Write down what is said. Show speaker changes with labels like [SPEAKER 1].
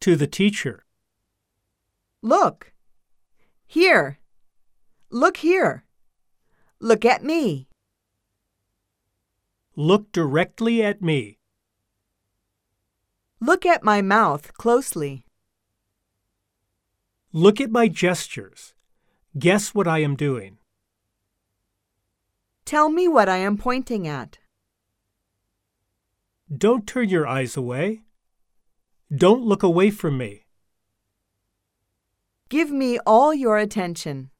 [SPEAKER 1] to the teacher.
[SPEAKER 2] Look. Here. Look here. Look at me.
[SPEAKER 1] Look directly at me.
[SPEAKER 2] Look at my mouth closely.
[SPEAKER 1] Look at my gestures. Guess what I am doing.
[SPEAKER 2] Tell me what I am pointing at.
[SPEAKER 1] Don't turn your eyes away. Don't look away from me.
[SPEAKER 2] Give me all your attention.